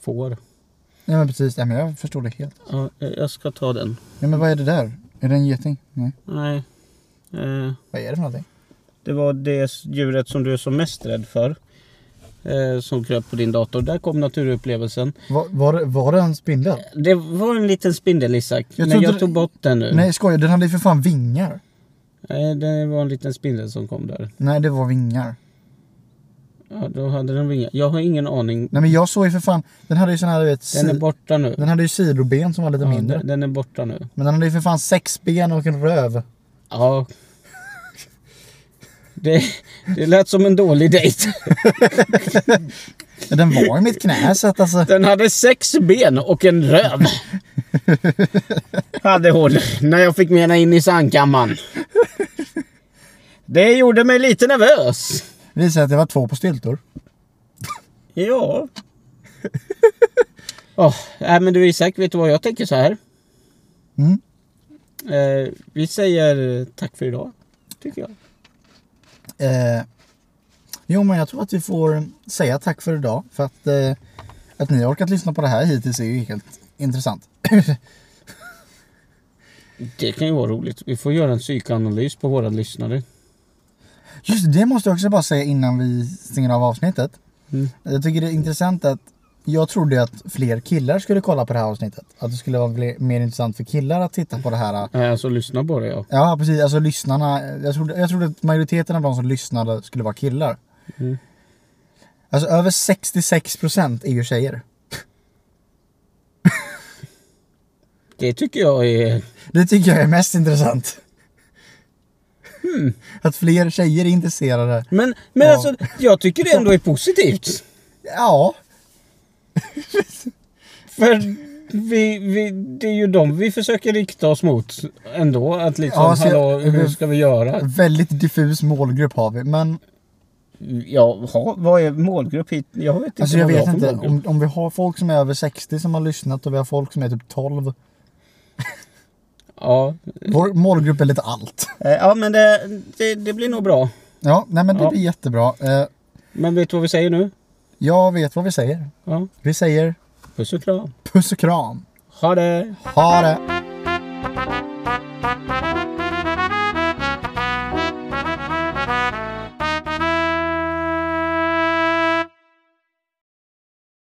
[SPEAKER 1] får.
[SPEAKER 2] Ja men precis, ja, men jag förstår det helt.
[SPEAKER 1] Ja, eh, jag ska ta den.
[SPEAKER 2] Ja, men vad är det där? Är det en geting? Nej.
[SPEAKER 1] Nej. Eh,
[SPEAKER 2] Vad är det för någonting?
[SPEAKER 1] det var det djuret som du är som mest rädd för. Eh, som kröp på din dator. Där kom naturupplevelsen.
[SPEAKER 2] Var, var, det- var det en spindel?
[SPEAKER 1] Det var en liten spindel Isak.
[SPEAKER 2] Jag
[SPEAKER 1] men
[SPEAKER 2] trodde
[SPEAKER 1] jag
[SPEAKER 2] det-
[SPEAKER 1] tog bort den nu.
[SPEAKER 2] Nej skoja, den hade ju för fan vingar.
[SPEAKER 1] Nej, det var en liten spindel som kom där.
[SPEAKER 2] Nej det var vingar.
[SPEAKER 1] Ja, då hade den vingar. Jag har ingen aning.
[SPEAKER 2] Nej men jag såg ju för fan, den hade ju sån här du vet,
[SPEAKER 1] Den är
[SPEAKER 2] si-
[SPEAKER 1] borta nu.
[SPEAKER 2] den hade ju sidoben som var lite
[SPEAKER 1] ja,
[SPEAKER 2] mindre.
[SPEAKER 1] den- den är borta nu.
[SPEAKER 2] Men den hade ju för fan sex ben och en röv.
[SPEAKER 1] Ja. Det, det lät som en dålig dejt.
[SPEAKER 2] Men Den var i mitt
[SPEAKER 1] [laughs]
[SPEAKER 2] knä så att alltså.
[SPEAKER 1] Den hade sex ben och en röv. Hade hon. När jag fick med henne in i sandkammaren. Det gjorde mig lite nervös.
[SPEAKER 2] Det visade sig att det var två på styltor.
[SPEAKER 1] Ja. Åh, nej, men du Isak, vet du vad jag tänker så här?
[SPEAKER 2] Mm.
[SPEAKER 1] Eh, vi säger tack för idag. Tycker jag.
[SPEAKER 2] Eh, jo men jag tror att vi får säga tack för idag. För att, eh, att ni har orkat lyssna på det här hittills är ju helt intressant.
[SPEAKER 1] Det kan ju vara roligt. Vi får göra en psykoanalys på våra lyssnare.
[SPEAKER 2] Just det, det måste jag också bara säga innan vi stänger av avsnittet.
[SPEAKER 1] Mm.
[SPEAKER 2] Jag tycker det är intressant att jag trodde ju att fler killar skulle kolla på det här avsnittet. Att det skulle vara fler- mer intressant för killar att titta på det här.
[SPEAKER 1] Eh, så lyssna bara ja.
[SPEAKER 2] Ja precis, alltså lyssnarna. Jag trodde, jag trodde att majoriteten av de som lyssnade skulle vara killar.
[SPEAKER 1] Mm.
[SPEAKER 2] Alltså över 66% är ju tjejer.
[SPEAKER 1] Det tycker jag är...
[SPEAKER 2] Det tycker jag är mest intressant.
[SPEAKER 1] Hmm.
[SPEAKER 2] Att fler tjejer är intresserade.
[SPEAKER 1] Men, men
[SPEAKER 2] Ja.
[SPEAKER 1] alltså, jag tycker det ändå är positivt.
[SPEAKER 2] Ja,
[SPEAKER 1] För vi, vi, det är ju dem vi försöker rikta oss mot ändå. Att liksom,
[SPEAKER 2] Ja, så jag-
[SPEAKER 1] hallå, hur ska vi göra?
[SPEAKER 2] väldigt diffus målgrupp har vi. Men
[SPEAKER 1] Ja, ha, vad är målgrupp hit? Jag vet inte
[SPEAKER 2] Alltså jag
[SPEAKER 1] vad vi
[SPEAKER 2] vet
[SPEAKER 1] har för
[SPEAKER 2] inte,
[SPEAKER 1] målgrupp.
[SPEAKER 2] om, om vi har folk som är över 60 som har lyssnat och vi har folk som är typ 12.
[SPEAKER 1] Ja.
[SPEAKER 2] Vår målgrupp är lite allt.
[SPEAKER 1] Eh, ja, men det, det, det blir nog bra.
[SPEAKER 2] Ja, nej men det
[SPEAKER 1] Ja.
[SPEAKER 2] blir jättebra. Eh,
[SPEAKER 1] Men vet du vad vi säger nu?
[SPEAKER 2] Jag vet vad vi säger.
[SPEAKER 1] Ja.
[SPEAKER 2] Vi säger
[SPEAKER 1] Puss och kram.
[SPEAKER 2] puss och kram.
[SPEAKER 1] Ha det!
[SPEAKER 2] Ha det!